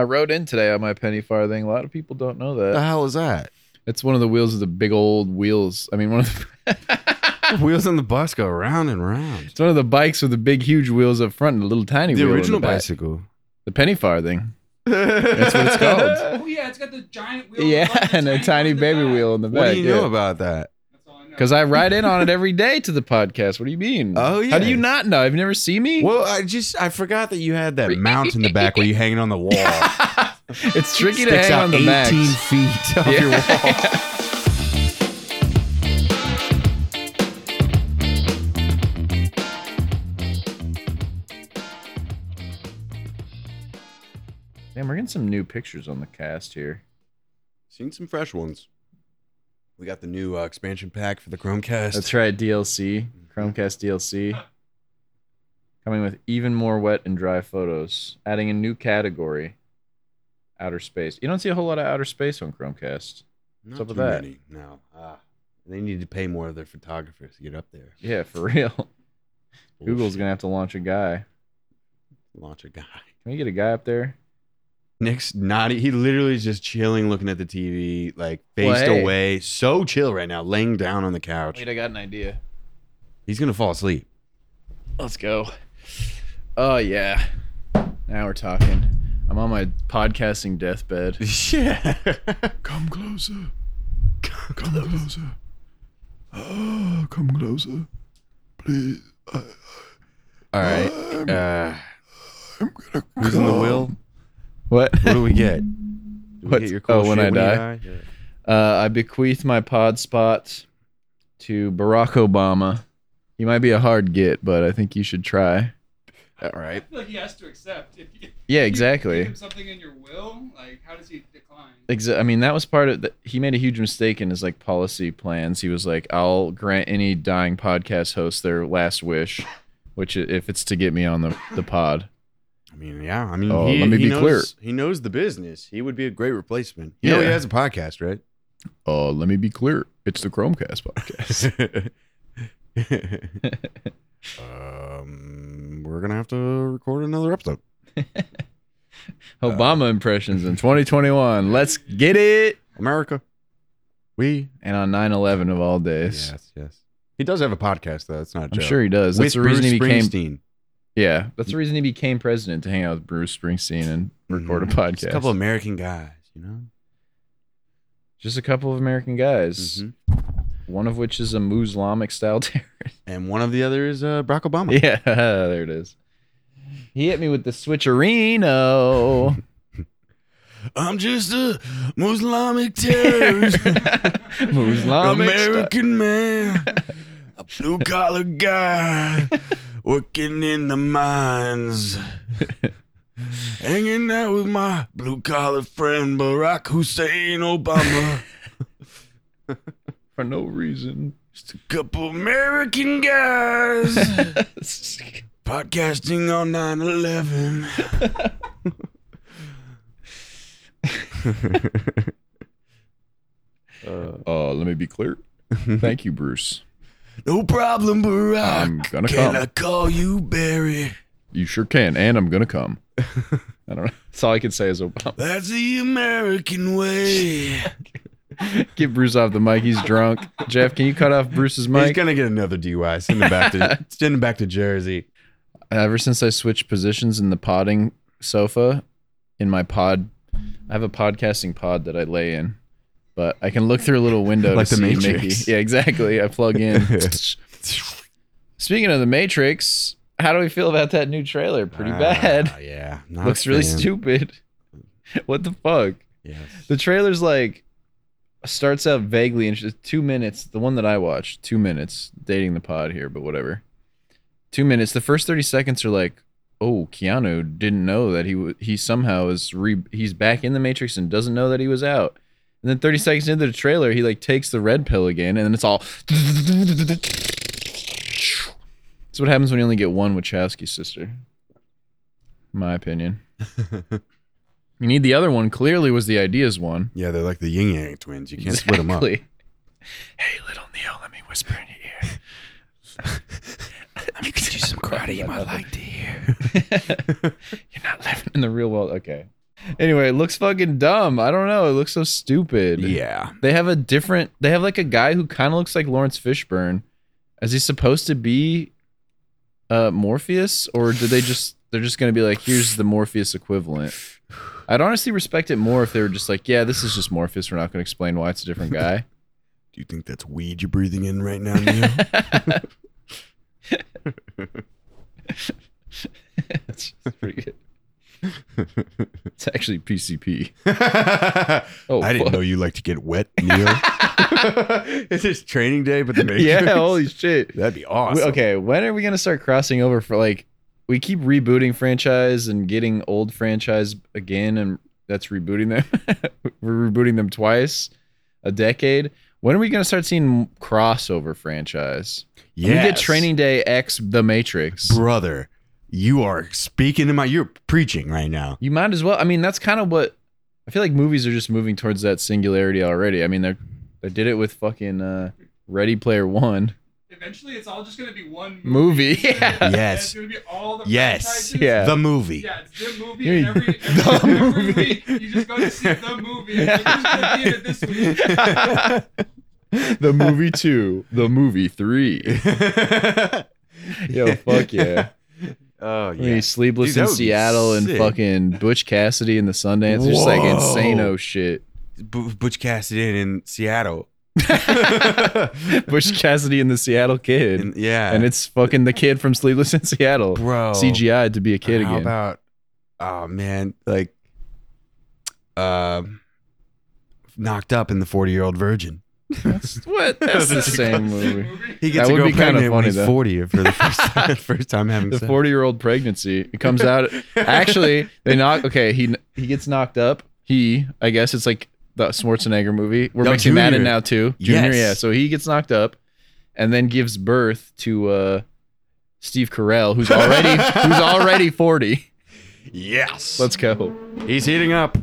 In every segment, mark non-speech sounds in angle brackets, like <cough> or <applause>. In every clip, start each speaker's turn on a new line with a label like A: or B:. A: I rode in today on my penny farthing. A lot of people don't know that.
B: The hell is that?
A: It's one of the wheels of the big old wheels. I mean, one of the,
B: <laughs>
A: <laughs>
B: Wheels on the bus go round and round.
A: it's one of the bikes with the big huge wheels up front and a little tiny
B: The
A: wheel in
B: original
A: the back.
B: bicycle.
A: The penny farthing. That's what it's called.
C: Oh yeah, it's got the giant wheel.
A: yeah, <laughs>
C: above, the
A: and a tiny
C: one at the
A: baby
C: back.
A: wheel in the back.
B: <laughs> What do you know
A: yeah.
B: about that?
C: That's all I know.
A: Because I ride in on it every day to the podcast. What do you mean?
B: Oh,
A: How do you
B: yeah.
A: not know? Have you never seen me?
B: Well, I just I forgot that you had that mount in the back where you hang it on the
A: <laughs>
B: wall.
A: <laughs> It's tricky to
B: Sticks
A: hang
B: out
A: on the
B: 18
A: max.
B: feet <laughs> off
A: Yeah. <laughs>
B: your wall.
A: Damn, we're getting some new pictures on the cast here.
B: Seen some fresh ones. We got the new uh, expansion pack for the Chromecast.
A: That's right, DLC, Chromecast DLC, <gasps> coming with even more wet and dry photos, adding a new category, outer space. You don't see a whole lot of outer space on Chromecast.
B: Not
A: What's up with
B: too
A: that?
B: many, No. Ah, they need to pay more of their photographers to get up there.
A: Yeah, for <laughs> real. Google's gonna have to launch a guy.
B: launch a guy.
A: Can we get a guy up there?
B: Nick's not. He literally is just chilling, looking at the TV, like
A: Well,
B: faced
A: hey.
B: away. So chill right now, laying down on the couch.
A: I got an idea.
B: He's gonna
A: <laughs>
B: fall asleep.
A: Let's go. Oh yeah. Now we're talking. I'm on my podcasting deathbed.
B: Yeah.
D: Come closer. Come closer. Ah, come closer. Please. I,
B: All right. Uh,
D: I'm gonna.
B: who's in the will?
A: <laughs> What?
B: What do we get? Do we
A: What's-
B: get your
A: oh,
B: cool
A: when
B: shit
A: I die?
B: you Yeah.
A: Uh, I bequeath my pod spot to Barack Obama. He might be a hard get, but I think you should try.
B: All right.
C: I feel like he has to accept. If you,
A: Yeah,
C: If you give
A: exactly.
C: him something in your will, like how does he decline?
A: Exa- I mean, that was part of. The, he made a huge mistake in his like policy plans. He was like, "I'll grant any dying podcast host their last wish, which i- if it's to get me on the the pod."
B: I mean, yeah. I mean,
A: Oh,
B: he,
A: let me
B: he
A: be
B: knows,
A: clear.
B: He knows the business. He would be a great replacement. You know, he
A: Yeah.
B: has a
A: <laughs>
B: podcast, right? <laughs>
A: Uh, let me be clear. It's the Chromecast podcast.
B: um, we're gonna have to record another episode.
A: Obama
B: Uh,
A: impressions in 2021. Let's get it.
B: America, we
A: And on 9/11 of all days,
B: yes, yes. He does have a podcast though. That's not. A
A: I'm
B: joke.
A: sure he does. That's the
B: With
A: reason he
B: Bruce
A: became
B: Springsteen.
A: Yeah, that's the reason he became president to hang out with Bruce Springsteen and record
B: Mhm.
A: a podcast.
B: Just a couple American guys, you know.
A: of American guys,
B: Mhm.
A: one of which is a Muslimic style
B: <laughs>
A: terrorist. <laughs>
B: And one of the other is uh, Barack Obama.
A: yeah, there it is. He hit me with the switcherino.
B: I'm just a Muslimic
A: <laughs> Muslimic style- <laughs>
B: man, a blue collar guy, working in
A: <laughs>
B: the mines, hanging out with my blue collar friend Barack Hussein Obama.
A: for no reason. <laughs>
B: Just a couple American guys <laughs>
A: Uh,
B: podcasting on 9 11.
A: uh, let me be
B: <laughs>
A: clear. Thank you, Bruce.
B: No problem, Barack.
A: I'm gonna
B: Can I
A: come.
B: call you Barry?
A: You sure can, and I'm gonna
B: <laughs>
A: come. I don't know. That's all I can say is oh, Obama.
B: That's the American way.
A: Get Bruce off the mic. He's drunk. Jeff, can you cut off Bruce's mic?
B: gonna get another DUI. Send him
A: <laughs>
B: back to send him back to Jersey.
A: ever since I switched positions in the podding sofa in my pod I have a podcasting pod that I lay in but I can look through a little window
B: Like
A: to
B: the
A: see
B: Matrix.
A: Mickey. <laughs> Yeah, exactly. I plug
B: <laughs>
A: in. Speaking of the Matrix, how do we feel about that new trailer? Pretty bad.
B: Ah, Yeah,
A: Looks really stupid. <laughs> What the fuck? The trailer's like starts out vaguely interesting. Two minutes. The one that I watched, two minutes. Dating the pod here, but whatever. Two minutes. The first thirty seconds are like, oh, Keanu didn't know that he w- he somehow is re- he's back in the Matrix and doesn't know that he was out. And then thirty seconds into the trailer, he like takes the red pill again, and then it's all. That's what happens when you only get one Wachowski sister. My opinion. you need the other one. Clearly, was the ideas one.
B: Yeah, they're like the yin yang twins. You can't split 'em split them up.
A: <laughs> Exactly. Hey, little Neil, let me whisper in your ear. <laughs> <laughs>
B: You can do some karate. You might like to hear.
A: You're not living in the real world. Okay. Anyway, it looks fucking dumb. I don't know. It looks so stupid.
B: Yeah.
A: They have a different. They have like a guy who kind of looks like Lawrence Fishburne. Is he supposed to be uh Morpheus, or did they just? They're just gonna be like, here's the Morpheus equivalent. I'd honestly respect it more if they were just like, yeah, this is just Morpheus. We're not gonna explain why it's a different
B: <laughs>
A: guy.
B: Do you think that's weed you're breathing in right
A: <laughs>
B: now, Neo?
A: That's pretty good. It's actually PCP.
B: <laughs>
A: Oh,
B: I didn't
A: fuck.
B: know you like to get wet, <laughs> Neo. it's just training day, but the Matrix.
A: <laughs> Yeah, holy shit.
B: <laughs> that'd be
A: We-
B: awesome.
A: Okay, when are we gonna start crossing over for like we keep rebooting franchise and getting old franchise again and that's rebooting them. <laughs> We're rebooting them twice a decade. When are we gonna start seeing crossover franchise?
B: yes.
A: We get training day X the Matrix.
B: brother. You are speaking to my. You're preaching right now.
A: You might as well. I mean, that's kind of what I feel like movies are just moving towards that singularity already. I mean, they they did it with fucking uh, Ready Player
B: <laughs>
A: One <laughs>
C: Eventually, it's all just gonna be one movie. <laughs>
A: movie. Yeah.
C: And
B: Yes.
C: It's gonna be all the
B: Yes.
C: franchises.
A: Yeah.
B: The movie.
C: Yeah, it's their movie.
A: Yeah,
C: and
A: <laughs> you-
C: every,
B: The
C: every, every
B: movie.
C: week, you just go to
A: <laughs>
C: see the movie. And you're like, "Who's gonna be in it this week.
A: the movie two, the movie three.
B: <laughs>
A: Yo, fuck yeah.
B: Oh
A: I mean,
B: yeah.
A: Sleepless
B: Dude, that
A: in
B: would be
A: Seattle and
B: sick.
A: fucking Butch Cassidy and the Sundance. Just like
B: Whoa.
A: insano
B: <laughs>
A: shit.
B: Bu- Butch Cassidy in
A: <laughs>
B: Seattle. <laughs>
A: Butch Cassidy and the Seattle Kid.
B: And- yeah.
A: and it's fucking the kid from Sleepless in Seattle.
B: bro
A: CGI to be a kid
B: How
A: again.
B: about oh man, like um knocked up in the 40-year-old virgin.
A: That's <laughs> what?
B: <laughs>
A: That's the
B: That's
A: same
C: Same
A: movie.
B: He gets
A: That
B: to
A: would
B: go
A: be kinda
B: pregnant when
A: funny,
B: he's
A: though.
B: 40 for
A: <laughs>
B: the first time, first time having
A: The
B: sex.
A: forty-year-old pregnancy. It comes out. Actually, they knock. Okay, he he gets knocked up. He, I guess it's like the Schwarzenegger movie. We're
B: No,
A: mixing that in
B: Junior.
A: now too. Junior,
B: Yes.
A: yeah. So he gets knocked up, and then gives birth to uh, Steve Carell, who's
B: <laughs>
A: already who's already forty.
B: Yes.
A: Let's go.
B: he's heating up.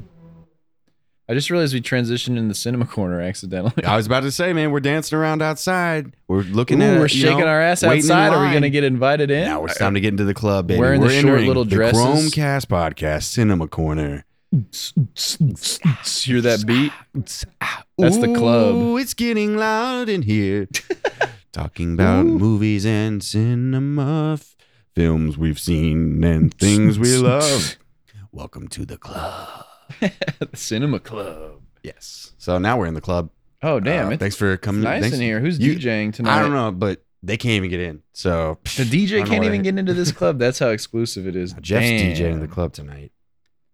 A: I just realized we transitioned in the cinema corner accidentally.
B: I was about to say, man, we're dancing around outside. We're looking
A: <laughs>
B: at
A: Ooh,
B: it,
A: we're
B: you
A: shaking
B: know,
A: our ass
B: waiting in
A: outside. Are we
B: line.
A: gonna get invited in?
B: Now it's time to get into the club, baby.
A: Wearing the
B: We're
A: short
B: entering
A: little
B: the
A: dresses.
B: Chromecast podcast, Cinema Corner.
A: hear that beat. <laughs> That's the club.
B: Ooh, it's getting loud in <laughs> here. Talking about movies and cinema, f- films we've seen and things <laughs> we love. Welcome to the club.
A: At the cinema club.
B: Yes. So now we're in the club.
A: Oh damn!
B: Uh,
A: it's
B: thanks for coming.
A: nice
B: thanks-
A: in here. Who's
B: you-
A: DJing tonight?
B: I don't know, but they can't even get in. So
A: The
B: I
A: DJ
B: don't know
A: can't
B: where- Uh,
A: even get into
B: <laughs>
A: this club. That's how exclusive it is.
B: Jeff's
A: Damn.
B: DJing the club tonight.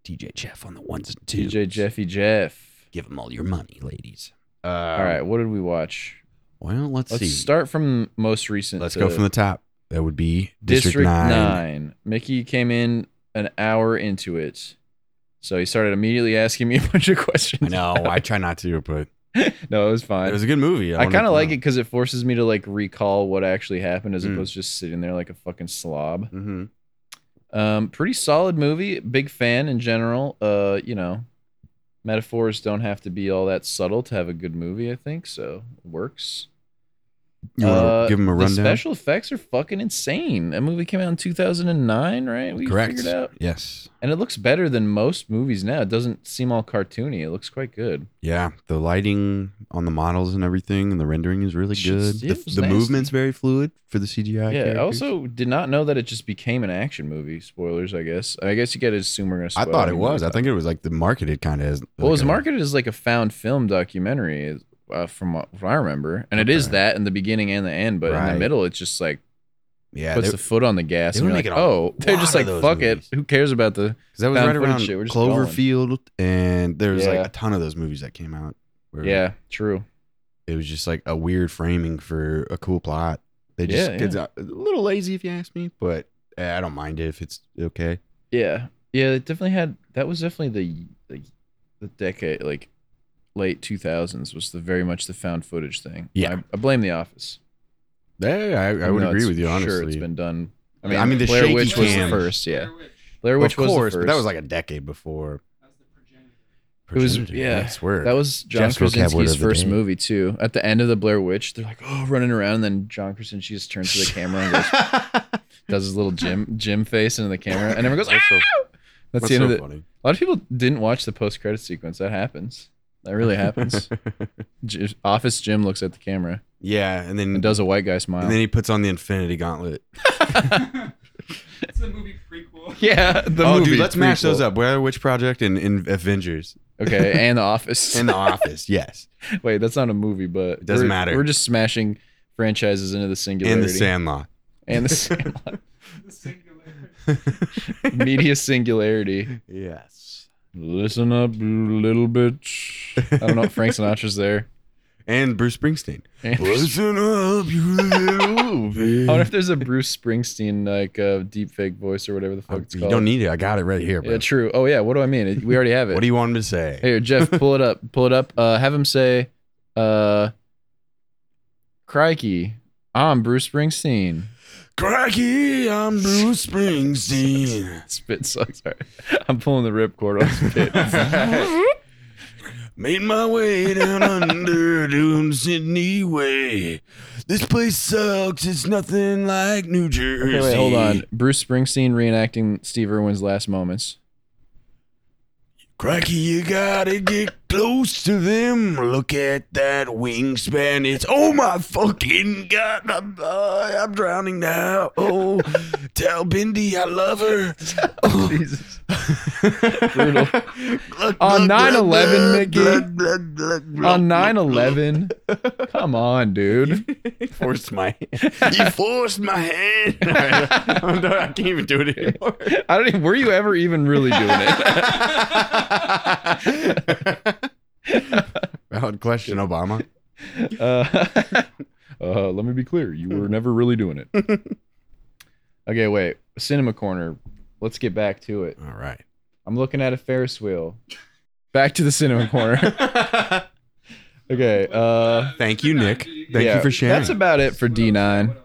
B: DJ Jeff on the ones and twos.
A: DJ Jeffy Jeff.
B: Give him all your money, ladies. Uh,
A: All right, what did we watch?
B: Well, let's,
A: Let's
B: see.
A: start from most recent.
B: Let's
A: to
B: go from the top. That would be
A: District,
B: District,
A: 9.
B: 9.
A: Mickey came in an hour into it. So he started immediately asking me a <laughs> bunch of questions.
B: I know. I try not to, but
A: no, it was
B: it
A: fine.
B: was a good
A: <laughs>
B: movie.
A: I
B: wanna-
A: kind of like it because it forces me to like recall what actually happened as
B: Mm.
A: opposed to just sitting there like a fucking slob.
B: Mhm.
A: Um, pretty solid movie. Big fan in general. Uh, you know, metaphors don't have to be all that subtle to have a good movie. I think so. It works.
B: You want to
A: Uh,
B: give him a
A: The
B: rundown?
A: special effects are fucking insane. That movie came out in two thousand and nine, right? We
B: Correct.
A: figured out,
B: Yes.
A: and it looks better than most movies now. It doesn't seem all cartoony. It looks quite good.
B: Yeah. The lighting on the models and everything, and the rendering is really
A: Shit,
B: good.
A: it
B: The,
A: was
B: the
A: nasty.
B: movement's very fluid for the
A: yeah.
B: CGI. characters.
A: I also did not know that it just became an action movie. Spoilers, I guess. I guess you got to assume we're gonna.
B: I
A: Spoil
B: thought it
A: anything
B: was.
A: we
B: I think it was like the marketed kind of.
A: Well, it was marketed as like a found film documentary, uh, from what I remember, and it is
B: Okay.
A: that in the beginning and the end, but in
B: Right.
A: the middle, it's just like
B: Yeah.
A: puts
B: they-
A: the foot on the gas,
B: they
A: and
B: were
A: you're like,
B: making a
A: oh, they're
B: lot
A: just
B: of
A: like,
B: those
A: fuck
B: movies.
A: it, who cares about the?
B: 'cause that was
A: found
B: right
A: footage
B: around
A: shit, we're just
B: Cloverfield, and there was
A: Yeah.
B: like a ton of those movies that came out. Where
A: Yeah, true.
B: It was just like a weird framing for a cool plot. They just
A: Yeah,
B: it's a little lazy if you ask me, but eh, I don't mind it if it's okay.
A: Yeah, yeah, it definitely had. That was definitely the the, the decade, like late two thousands, was the very much the found footage thing.
B: Yeah.
A: I, I blame The Office.
B: Yeah, I, I
A: even
B: would
A: though
B: agree
A: it's-
B: with you honestly.
A: Sure, it's been done. I
B: I
A: mean,
B: mean, the
A: Blair
B: shaky
A: Witch was the
B: cam.
A: first. Yeah,
C: Blair Witch.
A: Blair Witch
B: of course,
A: was the first.
B: but that was like a decade before.
C: That's the progenitor.
A: It was-
B: Progenitor,
A: yeah,
B: I swear. <laughs>
A: That was John
B: Jeff's vocab word
A: Krasinski's
B: of the
A: first
B: day.
A: movie too. At the end of the Blair Witch, they're like, "Oh, running around," and then John Krasinski just turns to
B: <laughs>
A: the camera and goes, does his little Jim Jim face into the camera, and everyone goes, "Ah!" That's, the end of it. <laughs> A lot of people didn't watch the post credit sequence. That happens. That really
B: <laughs>
A: happens.
B: funny.
A: J- Office Jim looks at the camera
B: yeah, and then
A: and does a white guy smile.
B: and <laughs> then he puts on the Infinity Gauntlet.
C: it's a movie prequel. <laughs>
A: yeah, the
B: oh,
A: movie.
B: dude, let's mash
A: prequel.
B: those up. Where Witch Project and, and Avengers
A: Okay, and The Office.
B: <laughs> and The Office. Yes,
A: <laughs> Wait, that's not a movie, but
B: It doesn't
A: we're-
B: matter.
A: We're just smashing franchises into the singularity
B: and The Sandlot.
A: And the Sandlot.
C: The singular.
B: <laughs>
A: <laughs> media singularity.
B: yes,
A: Listen up, you little bitch. I don't know. if Frank Sinatra's there.
B: and Bruce Springsteen.
A: And-
B: Listen up, you little
A: I wonder
B: bitch.
A: if there's a Bruce Springsteen like uh, deep fake voice or whatever the fuck it's
B: Uh, You
A: called.
B: don't need it. I got it right here, bro.
A: Yeah, true. Oh yeah, what do I mean? It- We already have it.
B: what do you want him to say?
A: Here,
B: <laughs>
A: Jeff, pull it up. Pull it up. Uh, have him say, uh, "Crikey, I'm Bruce Springsteen." <laughs>
B: Cracky, I'm Bruce Springsteen.
A: Spit sucks. Sorry, I'm pulling the ripcord on
B: <laughs>
A: spit.
B: Made my way down under to Sydney Way. This place sucks. It's nothing like New Jersey.
A: okay, wait, hold on. Bruce Springsteen reenacting Steve Irwin's last
B: <laughs>
A: moments. <laughs>
B: Cracky, you gotta get close to them. Look at that wingspan. It's oh my fucking god! I'm, uh, I'm drowning now. Oh, tell Bindi I love her.
A: Jesus. Brutal.
B: Glug,
A: On
B: glug, glug,
A: 9/11,
B: glug,
A: Mickey.
B: glug, glug, glug, glug,
A: On
B: glug,
A: 9/11. Come on, dude.
B: glug. forced my hand. You forced my hand. <laughs> All right, I'm done. I can't even do it anymore.
A: I don't. Even, were you ever even really doing it?
B: <laughs> Valid question, Obama.
A: Uh, <laughs> uh, let me be clear. You were never really doing it. Okay, wait. Cinema corner. Let's get back to it.
B: All right.
A: I'm looking at a Ferris wheel. Back to the cinema corner. <laughs> Okay. Uh,
B: Thank you, Nick. Thank
A: Yeah.
B: you for sharing.
A: that's about it for
C: What else?
A: D9.
C: What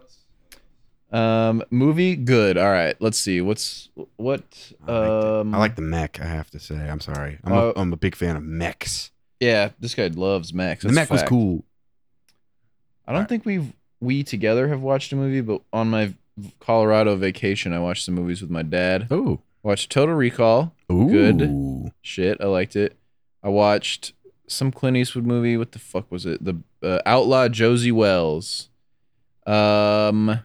C: else?
A: Um, movie good. All right. Let's see. What's what?
B: I liked it.
A: Um,
B: I like the mech. I have to say, I'm sorry. I'm, a,
A: Uh,
B: I'm a big fan of mechs.
A: Yeah, this guy loves Max.
B: the mech was cool.
A: I don't think we've we together have watched a movie, but on my v- Colorado vacation, I watched some movies with my dad.
B: Oh,
A: Watched Total Recall.
B: Ooh.
A: Good. <laughs> Shit, I liked it. I watched some Clint Eastwood movie. What the fuck was it? The uh, Outlaw Josie Wells. Um,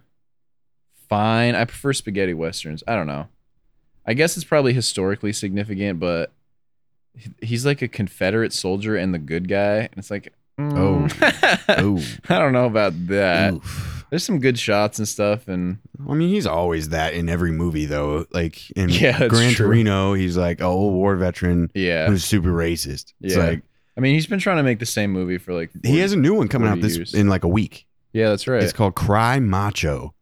A: fine. I prefer spaghetti westerns. I don't know. I guess it's probably historically significant, but he- he's like a Confederate soldier and the good guy, and it's like,
B: Oh.
A: mm.
B: <laughs>
A: <laughs>
B: Oh,
A: I don't know about that.
B: oof.
A: There's some good shots and stuff, and
B: I mean, he's always that in every movie, though. Like
A: <laughs>
B: in
A: Yeah, that's
B: Gran
A: true.
B: Torino, he's like a old war veteran
A: yeah,
B: who's super racist.
A: Yeah.
B: It's like
A: I mean, he's been trying to make the same movie for like. 40
B: he has a new one coming out
A: 40
B: this
A: years.
B: in like a week.
A: Yeah, that's right.
B: It's called Cry Macho.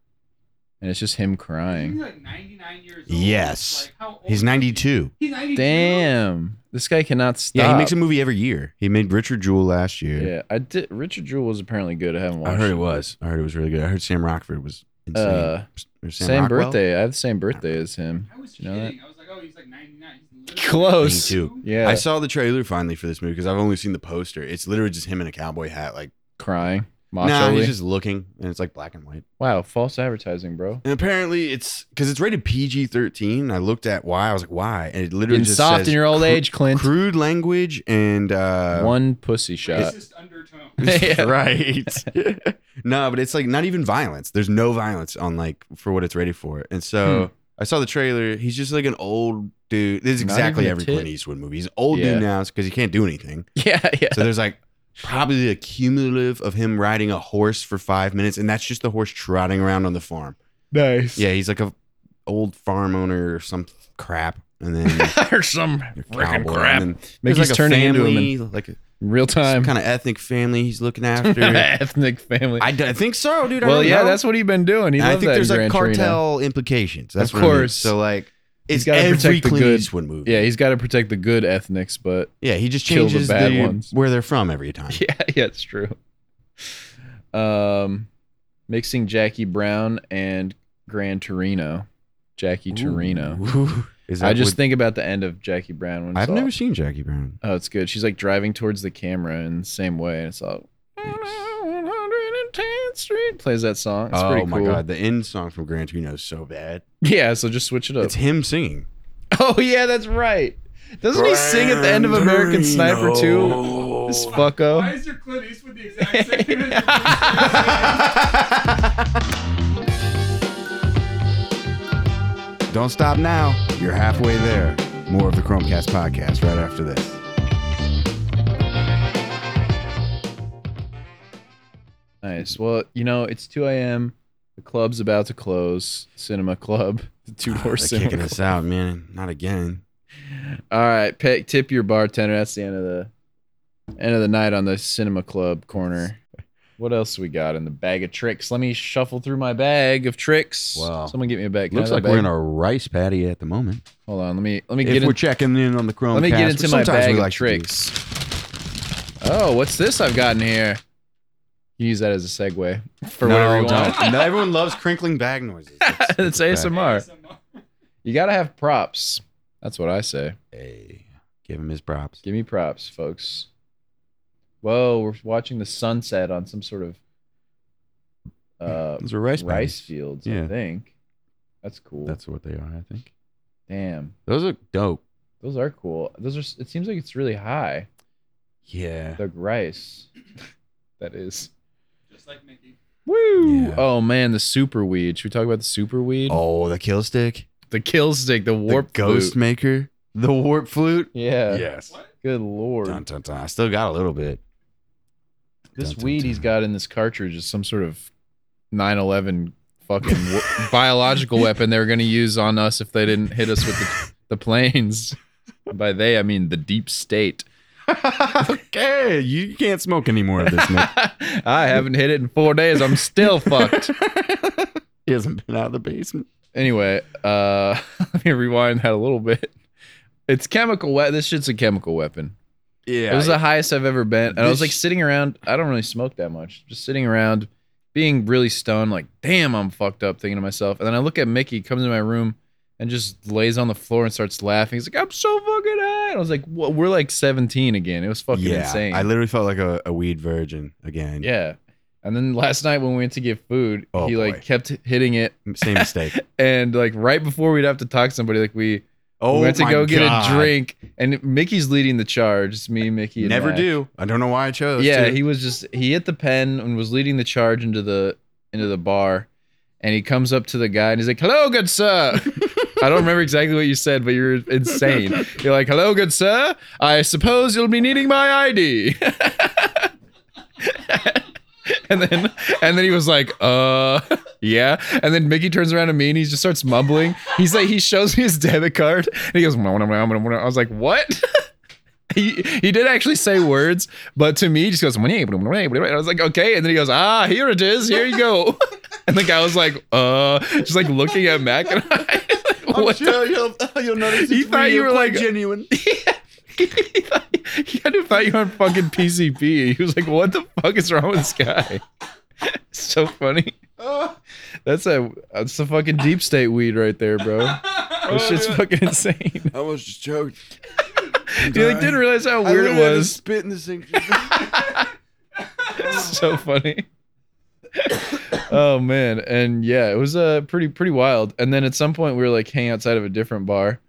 A: and it's just him crying.
C: He's like 99 years old.
B: Yes.
C: Like, how old
B: He's
C: is he?
B: 92.
C: He's 92.
A: Damn, this guy cannot stop.
B: Yeah, he makes a movie every year. He made Richard Jewell last year.
A: Yeah, I did. Richard Jewell was apparently good. I haven't watched.
B: I heard it was. I heard it was really good. I heard Sam Rockford was insane.
A: Uh,
B: Or Sam
A: Same
B: Rockwell?
A: birthday. I have the same birthday as him.
C: I was
A: You know that?
C: kidding. I was like, oh, he's like 99. He's literally
A: Close.
B: Me too.
A: Yeah,
B: I saw the trailer finally for this movie because I've only seen the poster. It's literally just him in a cowboy hat, like
A: crying.
B: no,
A: Macho.
B: he's just looking, and it's like black and white.
A: wow, false advertising, bro.
B: And apparently, it's because it's rated PG thirteen. I looked at why. I was like, why? And it literally
A: Getting
B: just
A: soft
B: says
A: in your old
B: cru-
A: age, Clint.
B: crude language and uh, <laughs>
A: One <laughs> pussy shot.
C: Racist undertone.
A: Yeah.
B: right. <laughs> no, but it's like not even violence. There's no violence on like for what it's rated for. And so
A: Hmm.
B: I saw the trailer. He's just like an old dude. This is
A: Not
B: exactly
A: even a
B: every
A: tit.
B: Clint Eastwood movie. He's an old
A: Yeah.
B: dude now because he can't do anything.
A: <laughs> Yeah, yeah.
B: So there's like probably a cumulative of him riding a horse for five minutes, and that's just the horse trotting around on the farm.
A: <laughs> Nice.
B: Yeah, he's like a old farm owner or some crap, and then
A: or some freaking
B: cowboy,
A: crap.
B: And then
A: Mickey's
B: there's like a
A: turning into him
B: family, like a
A: in real time.
B: kind of ethnic family he's
A: <laughs>
B: looking after. I,
A: Ethnic family.
B: d- I think so, dude. I
A: well,
B: don't
A: yeah,
B: know.
A: that's what he's been doing. He
B: And I
A: loved
B: think
A: that
B: there's
A: in
B: like
A: Gran Torino.
B: cartel implications. That's
A: Of
B: what I mean.
A: course.
B: So like,
A: He's
B: it's
A: gotta
B: every
A: protect the
B: Clint
A: good.
B: Eastwood movie.
A: Yeah, he's got to protect the good ethnics, but
B: <laughs> yeah. He just
A: Kill the
B: changes
A: bad
B: the-
A: ones.
B: where they're from every time.
A: yeah, yeah, it's true. Um, mixing Jackie Brown and Gran Torino, Jackie Torino.
B: Ooh. Is that
A: I just
B: what-
A: think about the end of Jackie Brown when it's
B: I've
A: all-
B: never seen Jackie Brown.
A: Oh, it's good. She's like driving towards the camera in the same way, and it's all. 110th Street plays that song. It's
B: oh
A: <laughs> pretty cool.
B: my god, the end song from Gran Torino is so bad.
A: Yeah, so just switch it up.
B: It's him singing.
A: <laughs> Oh yeah, that's right. Doesn't he sing at the end of American Sniper too? This
C: Why
A: fucko.
C: is your Clint Eastwood the
A: <laughs>
C: exact same? as your Clint Eastwood?
B: Don't stop now. You're halfway there. More of the Chromecast podcast right after this.
A: Nice. Well, you know it's 2 a.m. The club's about to close. Cinema Club, the two
B: They're
A: door cinema.
B: kicking
A: Club.
B: us out, man. Not again.
A: All right, pick, tip your bartender. That's the end of the end of the night on the Cinema Club corner. What else we got in the bag of tricks? Let me shuffle through my bag of tricks.
B: Wow.
A: Someone get me a bag. Can I
B: Looks
A: have
B: like
A: that
B: we're in
A: bag?
B: a rice patty at the moment.
A: Hold on. Let me let me
B: if
A: get
B: we're
A: in,
B: checking in on the Chromecast,
A: let me get into
B: which
A: my
B: sometimes we
A: bag
B: like
A: of
B: to do.
A: tricks. Oh, what's this I've gotten here? You use that as a segue for
B: no,
A: whatever you
B: don't.
A: want.
B: No, everyone loves crinkling
A: <laughs>
B: bag noises. It's-
A: it's ASMR. You gotta have props. That's what I say.
B: Hey, give him his props.
A: Give me props, folks. Whoa, we're watching the sunset on some sort of uh,
B: Those are rice
A: rice,
B: patties.
A: fields,
B: Yeah.
A: I think. That's cool.
B: That's what they are, I think.
A: Damn,
B: Those look dope.
A: those are cool. Those are. It seems like it's really high.
B: Yeah.
A: The rice. <laughs> that is.
C: Just like Mickey.
A: Woo!
B: Yeah.
A: Oh man, the super weed. Should we talk about the super weed?
B: Oh, the kill stick,
A: The kill stick, the
B: the
A: warp
B: ghost
A: flute.
B: maker, the warp flute.
A: Yeah.
B: Yes.
C: What?
A: Good lord.
B: Dun, dun, dun. I still got a little bit.
A: This
B: Dun, dun,
A: weed he's
B: dun.
A: got in this cartridge is some sort of 9/11 fucking w- <laughs> biological weapon they were going to use on us if they didn't hit us with the, the planes. By they, I mean the deep
B: <laughs>
A: state.
B: okay, you can't smoke any more of this, Nick.
A: I haven't hit it in four days. I'm still fucked.
B: <laughs> he hasn't been out of the basement.
A: Anyway, uh, <laughs> let me rewind that a little bit. It's chemical. We- this shit's a chemical weapon.
B: Yeah.
A: It was uh, the highest I've ever been. And I was
B: This-
A: like sitting around. I don't really smoke that much. Just sitting around, being really stoned. Like, damn, I'm fucked up. Thinking to myself. And then I look at Mickey. Comes in my room and just lays on the floor and starts laughing. He's like, "I'm so fucking high." And I was like, "Wha- "We're like 17 again." It was fucking
B: yeah,
A: insane.
B: I literally felt like a, a weed virgin again.
A: yeah. And then last night when we went to get food,
B: Oh,
A: he
B: boy.
A: like kept hitting it. <laughs>
B: Same mistake.
A: And like right before we'd have to talk to somebody, like we,
B: Oh,
A: we went to
B: my
A: go get
B: God.
A: a drink. And Mickey's leading the charge. It's me, Mickey. And
B: Never
A: Mac.
B: do. I don't know why I chose.
A: yeah
B: to.
A: he was just he hit the pen and was leading the charge into the into the bar and he comes up to the guy and he's like hello good sir i don't remember exactly what you said but you're insane you're like hello good sir i suppose you'll be needing my <laughs> id <laughs> and then and then he was like uh <laughs> yeah and then mickey turns around to me and he just starts mumbling he's like he shows me his debit card and he goes "Mwah, mwah, mwah, mwah, mwah." i was like what <laughs> he, he did actually say words, but to me, he just goes, "Mwah, mwah, mwah, mwah," and I was like, okay. And then he goes, ah, here it is. Here you go. <laughs> And the guy was like, uh, just like looking at Mac and I.
B: <laughs>
A: <laughs>
B: I'm
A: What the-
B: sure you'll, <laughs> you'll notice.
A: He
B: it's
A: thought
B: real,
A: you were
B: quite
A: like- <laughs>
B: genuine.
A: he thought, <laughs> he kind of thought you were on fucking PCP. He was like, what the fuck is wrong with this guy? <laughs> so funny.
B: Ah,
A: That's a that's a fucking deep state weed right there, bro. This shit's fucking insane.
B: <laughs> I was just choked.
A: <laughs> You like didn't realize how
B: I
A: weird it
B: literally had to
A: was.
B: Spit in this thing. <laughs>
A: so funny. <laughs> oh man, and yeah, it was uh, pretty pretty wild. And then at some point we were like hanging outside of a different bar,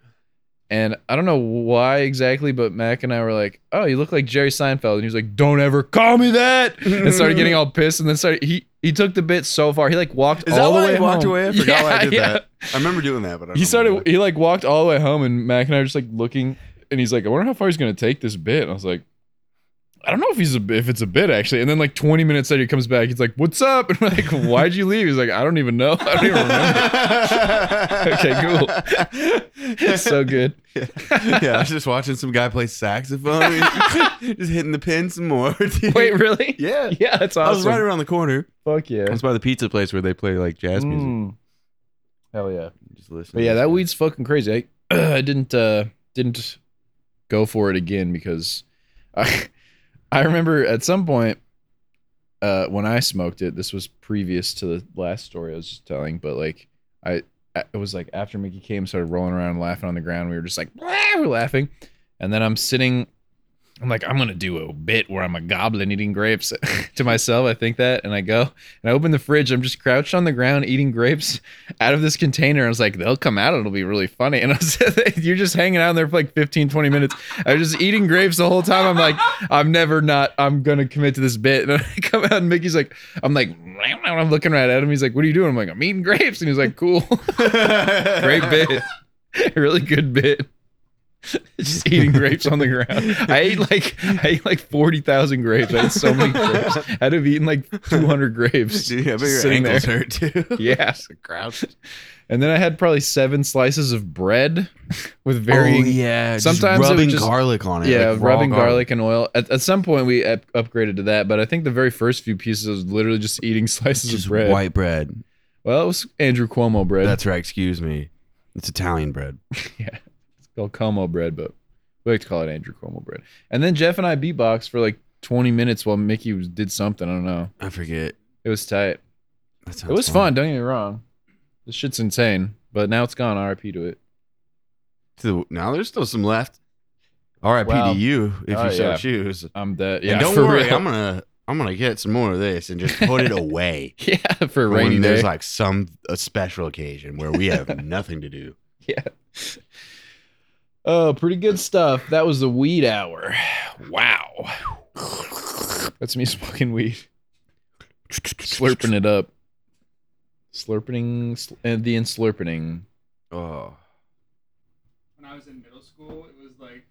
A: and I don't know why exactly, but Mac and I were like, "Oh, you look like Jerry Seinfeld," and he was like, "Don't ever call me that," and started
B: <laughs>
A: getting all pissed. And then started he he took the bit so far, he like walked
B: Is that
A: all
B: why
A: the way
B: I walked
A: home.
B: away? I forgot why
A: <laughs>
B: I
A: Yeah,
B: did
A: yeah.
B: that. I remember doing that, but I don't
A: He started
B: remember.
A: he like walked all the way home, and Mac and I were just like looking, and he's like, "I wonder how far he's gonna take this bit." And I was like. I don't know if he's a, if it's a bit actually. And then like 20 minutes later, he comes back. He's like, "What's up?" <laughs> And we're like, "Why'd you leave?" He's like, "I don't even know. I don't even <laughs>
B: <laughs>
A: remember."
B: okay, cool.
A: It's so good.
B: <laughs> yeah, I was just watching some guy
A: <laughs>
B: play saxophone, <laughs> just hitting the pin some more. <laughs> dude.
A: Wait, really?
B: yeah,
A: <laughs> Yeah, that's
B: I was
A: awesome.
B: right around the corner.
A: Fuck yeah.
B: I was by the pizza place where they play like jazz music.
A: Mm. Hell yeah.
B: Just listening.
A: But yeah, that
B: <laughs>
A: weed's fucking crazy. I, I <clears throat> didn't uh didn't go for it again because <laughs> I I remember at some point uh when I smoked it, this was previous to the last story I was just telling, but like I it was like after Mickey came started rolling around and laughing on the ground, we were just like "Blah," we're laughing. And then I'm sitting I'm like, I'm gonna do a bit where I'm a goblin eating grapes <laughs> to myself. I think that, and I go and I open the fridge. I'm just crouched on the ground eating grapes out of this container. I was like, they'll come out. and It'll be really funny. And I was, <laughs> you're just hanging out in there for like 15, 20 minutes. I was just eating grapes the whole time. I'm like, I'm never not. I'm gonna commit to this bit. And I come out, and Mickey's like, I'm like, I'm looking right at him. He's like, what are you doing? I'm like, I'm eating grapes. And he's like, cool, <laughs> great bit, <laughs> really good bit <laughs> just eating grapes on the ground. I ate like I ate like forty thousand grapes. I had so many
B: <laughs>
A: grapes. I'd have eaten like two hundred grapes.
B: Dude, I bet
A: Just
B: your
A: sitting
B: ankles
A: there. <laughs>
B: hurt too.
A: Yeah,
B: <laughs> Crouched.
A: and then I had probably seven slices of bread with varying.
B: oh, yeah. just
A: sometimes it would
B: rubbing
A: just-
B: garlic on it.
A: Yeah,
B: like raw
A: rubbing garlic and oil. At, at some point, we up- upgraded to that, but I think the very first few pieces was literally just eating <laughs> slices
B: Just
A: of bread.
B: white bread.
A: Well, it was Andrew Cuomo bread.
B: That's right. Excuse me. It's Italian bread.
A: It's called Como bread, but we like to call it Andrew Cuomo bread. And then Jeff and I beatboxed for like 20 minutes while Mickey was, did something. I don't know.
B: I forget.
A: It was tight.
B: That sounds
A: It was fun. Don't get me wrong. This shit's insane, but now it's gone. RIP to it.
B: To the- Now there's still some left. R.I.P.
A: Wow.
B: to you if
A: Oh,
B: you so
A: yeah.
B: choose.
A: I'm dead. Yeah,
B: Yeah, and don't
A: for
B: worry,
A: real.
B: I'm gonna I'm gonna get some more of this and just put it away.
A: <laughs> yeah, for a
B: when
A: rainy
B: there's
A: day.
B: like some a special occasion where we have <laughs> nothing to do.
A: <laughs> yeah. Oh, pretty good stuff. That was the weed hour. Wow. That's me smoking weed, slurping it up, slurping sl- and the enslurping. <laughs>
B: Oh,
C: When I was in middle school, it was like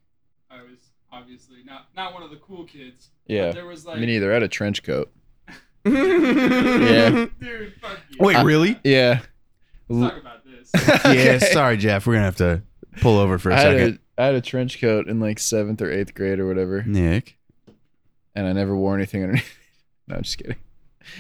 C: I was obviously not not one of the cool kids. but
A: Yeah,
C: there was like
A: me neither. I had a trench coat.
B: yeah.
C: dude, fuck you.
B: Wait, really?
A: Yeah.
C: Let's talk about this.
B: Yeah.
A: <laughs> Okay.
B: Sorry, Jeff. We're gonna have to pull over for a
A: I had
B: second.
A: a, I had a trench coat in like seventh or eighth grade or whatever,
B: Nick,
A: and I never wore anything underneath. <laughs> No, I'm just kidding.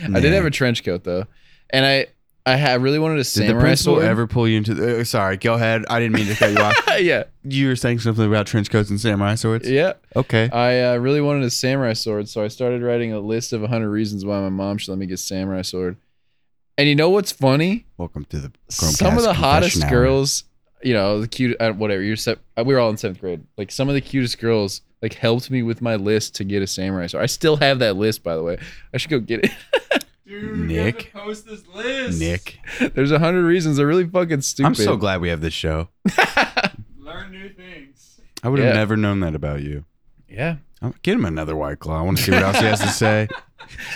A: I did
B: Nick,
A: have a trench coat though, and I I had, really wanted a
B: Did the
A: samurai
B: principal
A: sword.
B: ever pull you into the? uh, sorry, go ahead. I didn't mean to cut you
A: <laughs>
B: off.
A: yeah,
B: You were saying something about trench coats and samurai swords.
A: yeah.
B: Okay.
A: I uh, really wanted a samurai sword, so I started writing a list of 100 reasons why my mom should let me get a samurai sword. And you know what's funny?
B: Welcome to the
A: some of
B: Chromecast
A: the hottest
B: confession hour.
A: girls, you know, the cute, uh, whatever. You're sep- uh, we were all in seventh grade. Like some of the cutest girls, like helped me with my list to get a samurai sword. I still have that list, by the way. I should go get it. <laughs>
C: Dude, we have to
B: Nick?
C: post this list.
B: Nick.
A: There's a hundred reasons. They're really fucking stupid.
B: I'm so glad we have this show.
C: learn new things.
B: I would have
A: Yeah.
B: never known that about you.
A: Yeah.
B: I'm- Get him another white claw. I want to see what else he has
A: <laughs>
B: to say.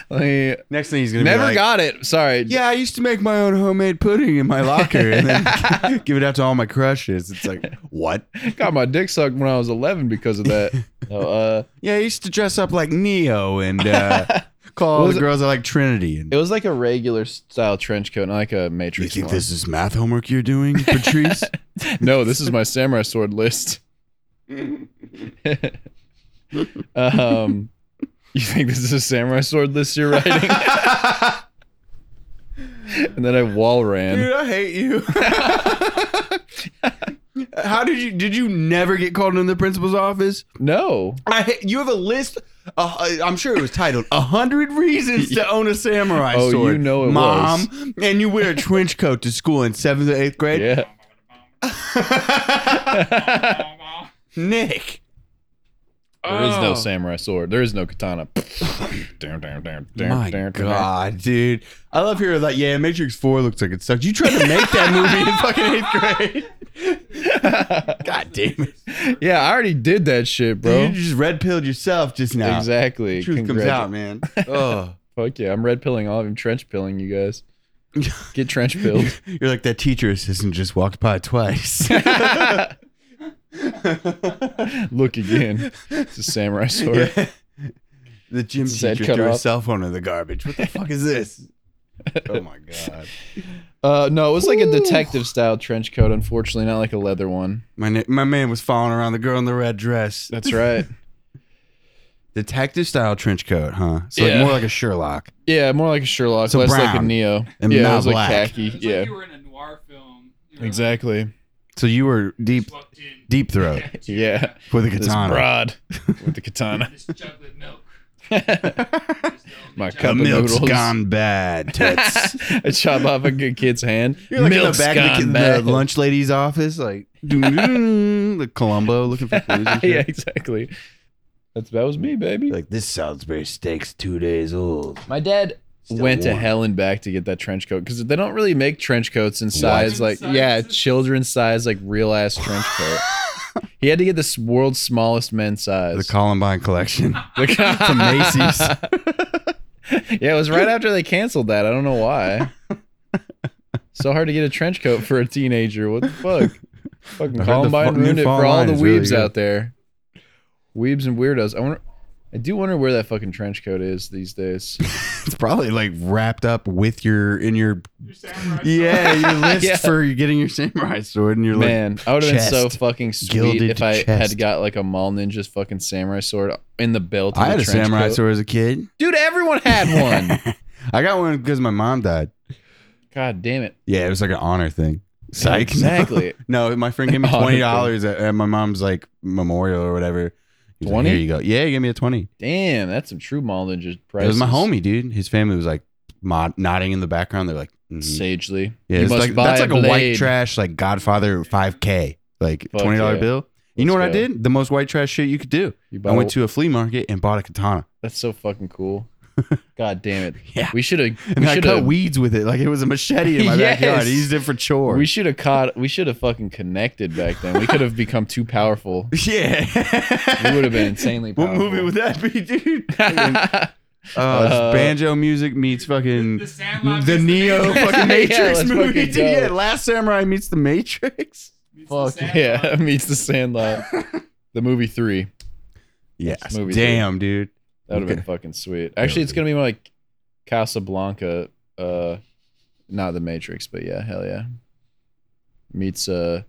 A: Like,
B: Next thing he's gonna
A: never
B: be like,
A: got it. Sorry.
B: Yeah, I used to make my own homemade pudding in my locker and
A: <laughs>
B: then <laughs> give it out to all my crushes. It's like what?
A: Got my dick sucked when I was 11 because of
B: <laughs>
A: that. No, uh,
B: Yeah, I used to dress up like Neo and uh,
A: <laughs>
B: call all
A: Was
B: the
A: it-
B: girls I like Trinity. And
A: it was like a regular style trench coat, not like a
B: you
A: matrix.
B: think
A: one.
B: this is math homework you're doing, Patrice?
A: <laughs> no, this is my samurai sword list. <laughs> um, you think this is a samurai sword list you're writing? <laughs> and then I wall ran.
B: Dude, I hate you. <laughs> How did you? Did you never get called into the principal's office?
A: No,
B: I ha- you have a list. Uh, I- I'm sure it was titled "A Hundred Reasons to Own a Samurai
A: Oh, you
B: Sword."
A: know it
B: mom, and you wear a trench coat to school in seventh or eighth grade.
A: yeah. <laughs> there
B: Nick,
A: is no
B: Oh.
A: samurai sword. There is no katana. <laughs> Down, down, down, down,
B: my
A: down, down.
B: God, dude, I love hearing like, yeah, Matrix Four looks like it sucks. You tried to make that movie in fucking eighth grade. <laughs> God damn it,
A: <laughs> Yeah, I already did that shit, bro.
B: you just red pilled yourself just now.
A: Exactly.
B: Truth comes
A: Congratu-
B: out, man.
A: <laughs>
B: Oh.
A: Fuck yeah, I'm red pilling all of them, trench pilling you guys. Get trench pilled.
B: <laughs>
A: <laughs>
B: You're like that teacher assistant just walked by twice.
A: Look again. It's a samurai sword.
B: Yeah. The gym
A: His head
B: teacher
A: cut
B: threw
A: off.
B: his cell phone in the garbage. What the fuck is
A: <laughs>
B: this? Oh my god.
A: Uh, no, it was like a detective style trench coat, unfortunately, not like a leather one.
B: My na- my man was following around the girl in the red dress.
A: That's right.
B: Detective style trench coat, huh? So
A: Yeah.
B: like more like a Sherlock.
A: <laughs> yeah, more like a Sherlock,
B: So
A: less like a
B: brown
A: Neo.
B: and
A: yeah,
B: not
A: it was like
B: black.
A: khaki.
C: It's
A: yeah,
C: like you were in a noir film. You were
A: exactly.
B: So you were deep
C: Like, walked in,
B: <laughs> deep
C: <laughs>
B: throat
A: Yeah,
B: with a
A: this
B: katana.
A: broad with the <laughs> katana.
C: this chocolate milk. Just don't
A: My
C: be
A: cup
B: The
A: of
C: chocolate.
B: milk's
A: noodles.
B: gone
A: <laughs>
B: bad. Toots.
A: I chop off a good kid's hand.
B: You're like
A: Milk's
B: in the back
A: gone
B: of the, ki-
A: bad. <laughs>
B: the lunch lady's
A: <laughs>
B: <laughs> office, like doo-doo-doo, the Columbo looking for clues. And shit.
A: yeah, exactly. That's that was me, baby.
E: Like this Salisbury steak's two days old.
A: My dad
E: Still
A: went to
E: warm.
A: hell and back to get that trench coat because they don't really make trench coats in size like
C: Children's
A: yeah,
C: sizes?
A: children's size like real ass trench coat.
B: <laughs>
A: He had to get this world's smallest men's size.
B: The Columbine
A: <laughs>
B: collection.
A: The to Macy's. <laughs> yeah, it was right after they canceled that. I don't know
B: <laughs>
A: why. so hard to get a trench coat for a teenager. What the fuck?
B: <laughs>
A: Fucking
B: I heard the
A: Columbine
B: fu- new
A: ruined it
B: fall
A: for all
B: line
A: the
B: is really
A: weebs
B: good.
A: out there. Weebs and weirdos. I wonder. I do wonder where that fucking trench coat is these days.
B: it's probably like wrapped up with your in your
C: Your samurai
A: <laughs>
B: <laughs> yeah your list
A: Yeah.
B: for getting your samurai sword, and you're
A: Man, I would have been so
B: chest.
A: fucking sweet
B: Gilded
A: if I
B: chest.
A: had got like a mall ninja's fucking samurai sword in the belt.
B: like, I
A: of
B: had
A: the
B: a
A: trench
B: samurai
A: coat.
B: sword as a kid.
A: Dude, everyone
B: <laughs>
A: had one.
B: I got one because my mom died.
A: God damn it.
B: Yeah, it was like an honor thing. Psych.
A: Exactly.
B: <laughs> No, my friend gave
A: <laughs>
B: me
A: Honor
B: twenty dollars at, at my mom's like memorial or whatever. He was like,
A: 20?
B: Here you go. Yeah, he gave me a twenty.
A: Damn, that's some true mall ninja price.
B: It was my homie, dude. His family was like mod- nodding in the background. They're like, mhm.
A: Sagely.
B: yeah,
A: You
B: it's
A: must
B: like,
A: buy
B: that's
A: a
B: like a, white
A: blade.
B: trash like Godfather five k like
A: Fuck
B: twenty dollar
A: yeah.
B: bill. You know what
A: Let's
B: I
A: go.
B: did? The most white trash shit you could do.
A: You bought
B: I went to a flea market and bought a katana.
A: That's so fucking
B: <laughs>
A: cool. God damn it.
B: Yeah.
A: We should have
B: And
A: we
B: I
A: should
B: cut
A: have
B: weeds with it like it was a machete in
A: <laughs>
B: my
A: Yes.
B: backyard. I used it for chore.
A: we should have caught we should have fucking connected back then. We could have become too
B: <laughs>
A: powerful. <laughs>
B: yeah.
A: We would have been insanely
B: What
A: powerful.
B: movie would that be, <laughs> dude? Fucking-
A: that?
B: Oh,
A: Uh,
B: it's banjo music meets
C: The,
B: fucking
C: the
B: the,
C: Sandlot is
B: Neo
C: main-
A: <laughs>
B: fucking
A: Yeah,
B: Matrix
A: let's
B: movie,
A: fucking
B: dude.
A: go.
B: Yeah, Last Samurai meets the Matrix.
C: <laughs> meets the
A: Fuck
C: Sandlot.
A: yeah. <laughs> Meets the Sandlot.
B: <laughs>
A: The movie 3.
B: Yes.
A: movie, dude.
B: Damn, dude.
A: That would have
B: Okay.
A: been fucking sweet. Actually, it's going to be more like Casablanca uh not the Matrix, but yeah, hell yeah. Meets uh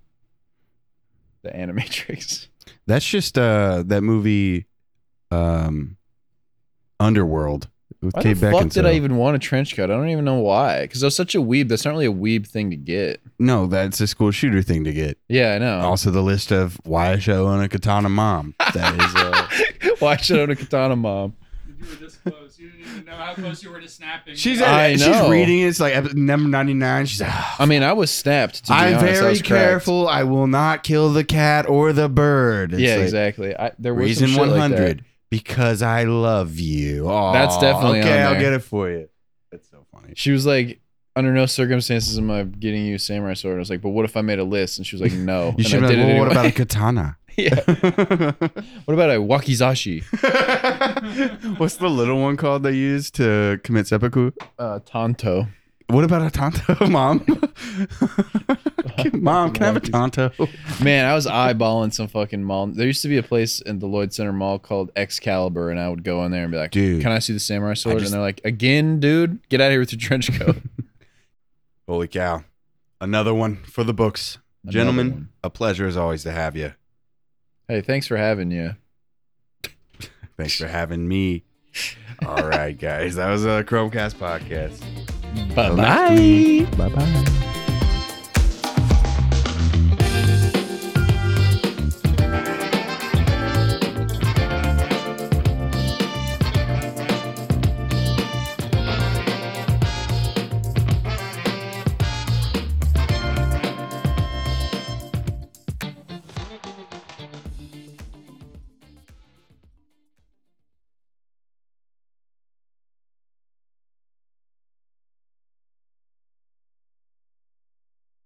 A: the Animatrix. <laughs>
B: That's just uh that movie, um, Underworld with
A: Why
B: Kate
A: the fuck
B: Beckinsale.
A: did I even want a trench coat? I don't even know why. Because I was such a weeb. That's not really a weeb thing to get.
B: No, that's a school shooter thing to get.
A: Yeah, I know.
B: Also, the list of why I should own a katana mom. That is.
A: <laughs>
B: Uh,
A: why should I own a katana, mom?
C: You were this close. You didn't even know how close you were to snapping.
B: she's
A: at- I
B: she's
A: know.
B: reading it. It's like epi- number ninety nine. <sighs> She's like,
A: I mean, I was snapped. To be
B: I'm
A: honest. I
B: very
A: was cracked.
B: careful. I will not kill the cat or the bird. It's
A: yeah,
B: like,
A: exactly. I, there was
B: Reason
A: some shit like
B: 100
A: that.
B: because I love you. Aw,
A: That's definitely
B: okay.
A: on
B: I'll
A: there.
B: get it for you. That's so funny.
A: She was like, under no circumstances am I getting you a samurai sword. I was like, but what if I made a list? And she was like, no.
B: <laughs> You
A: and
B: should
A: I
B: be like,
A: did it
B: well, what about
A: anyway.
B: a katana?
A: <laughs>
B: <laughs>
A: what about a wakizashi?
B: What's the little one called they use to commit seppuku?
A: Uh, tanto.
B: What about a tanto, <laughs> mom?
A: <laughs>
B: mom, can I have a tanto?
A: Man, I was eyeballing some fucking mall. There used to be a place in the Lloyd Center Mall called Excalibur, and I would go in there and be like,
B: Dude.
A: can I see the samurai sword?"
B: just-
A: and they're like, "Again, dude, get out of here with your trench
B: <laughs>
A: coat."
B: Holy cow. Another one for the books.
A: Another
B: Gentlemen,
A: one.
B: a pleasure as always to have you.
A: Hey, thanks for having you.
B: Thanks for having
A: <laughs>
B: me. All right, guys. That was a Chromecast podcast.
A: Bye
B: Bye. Bye bye.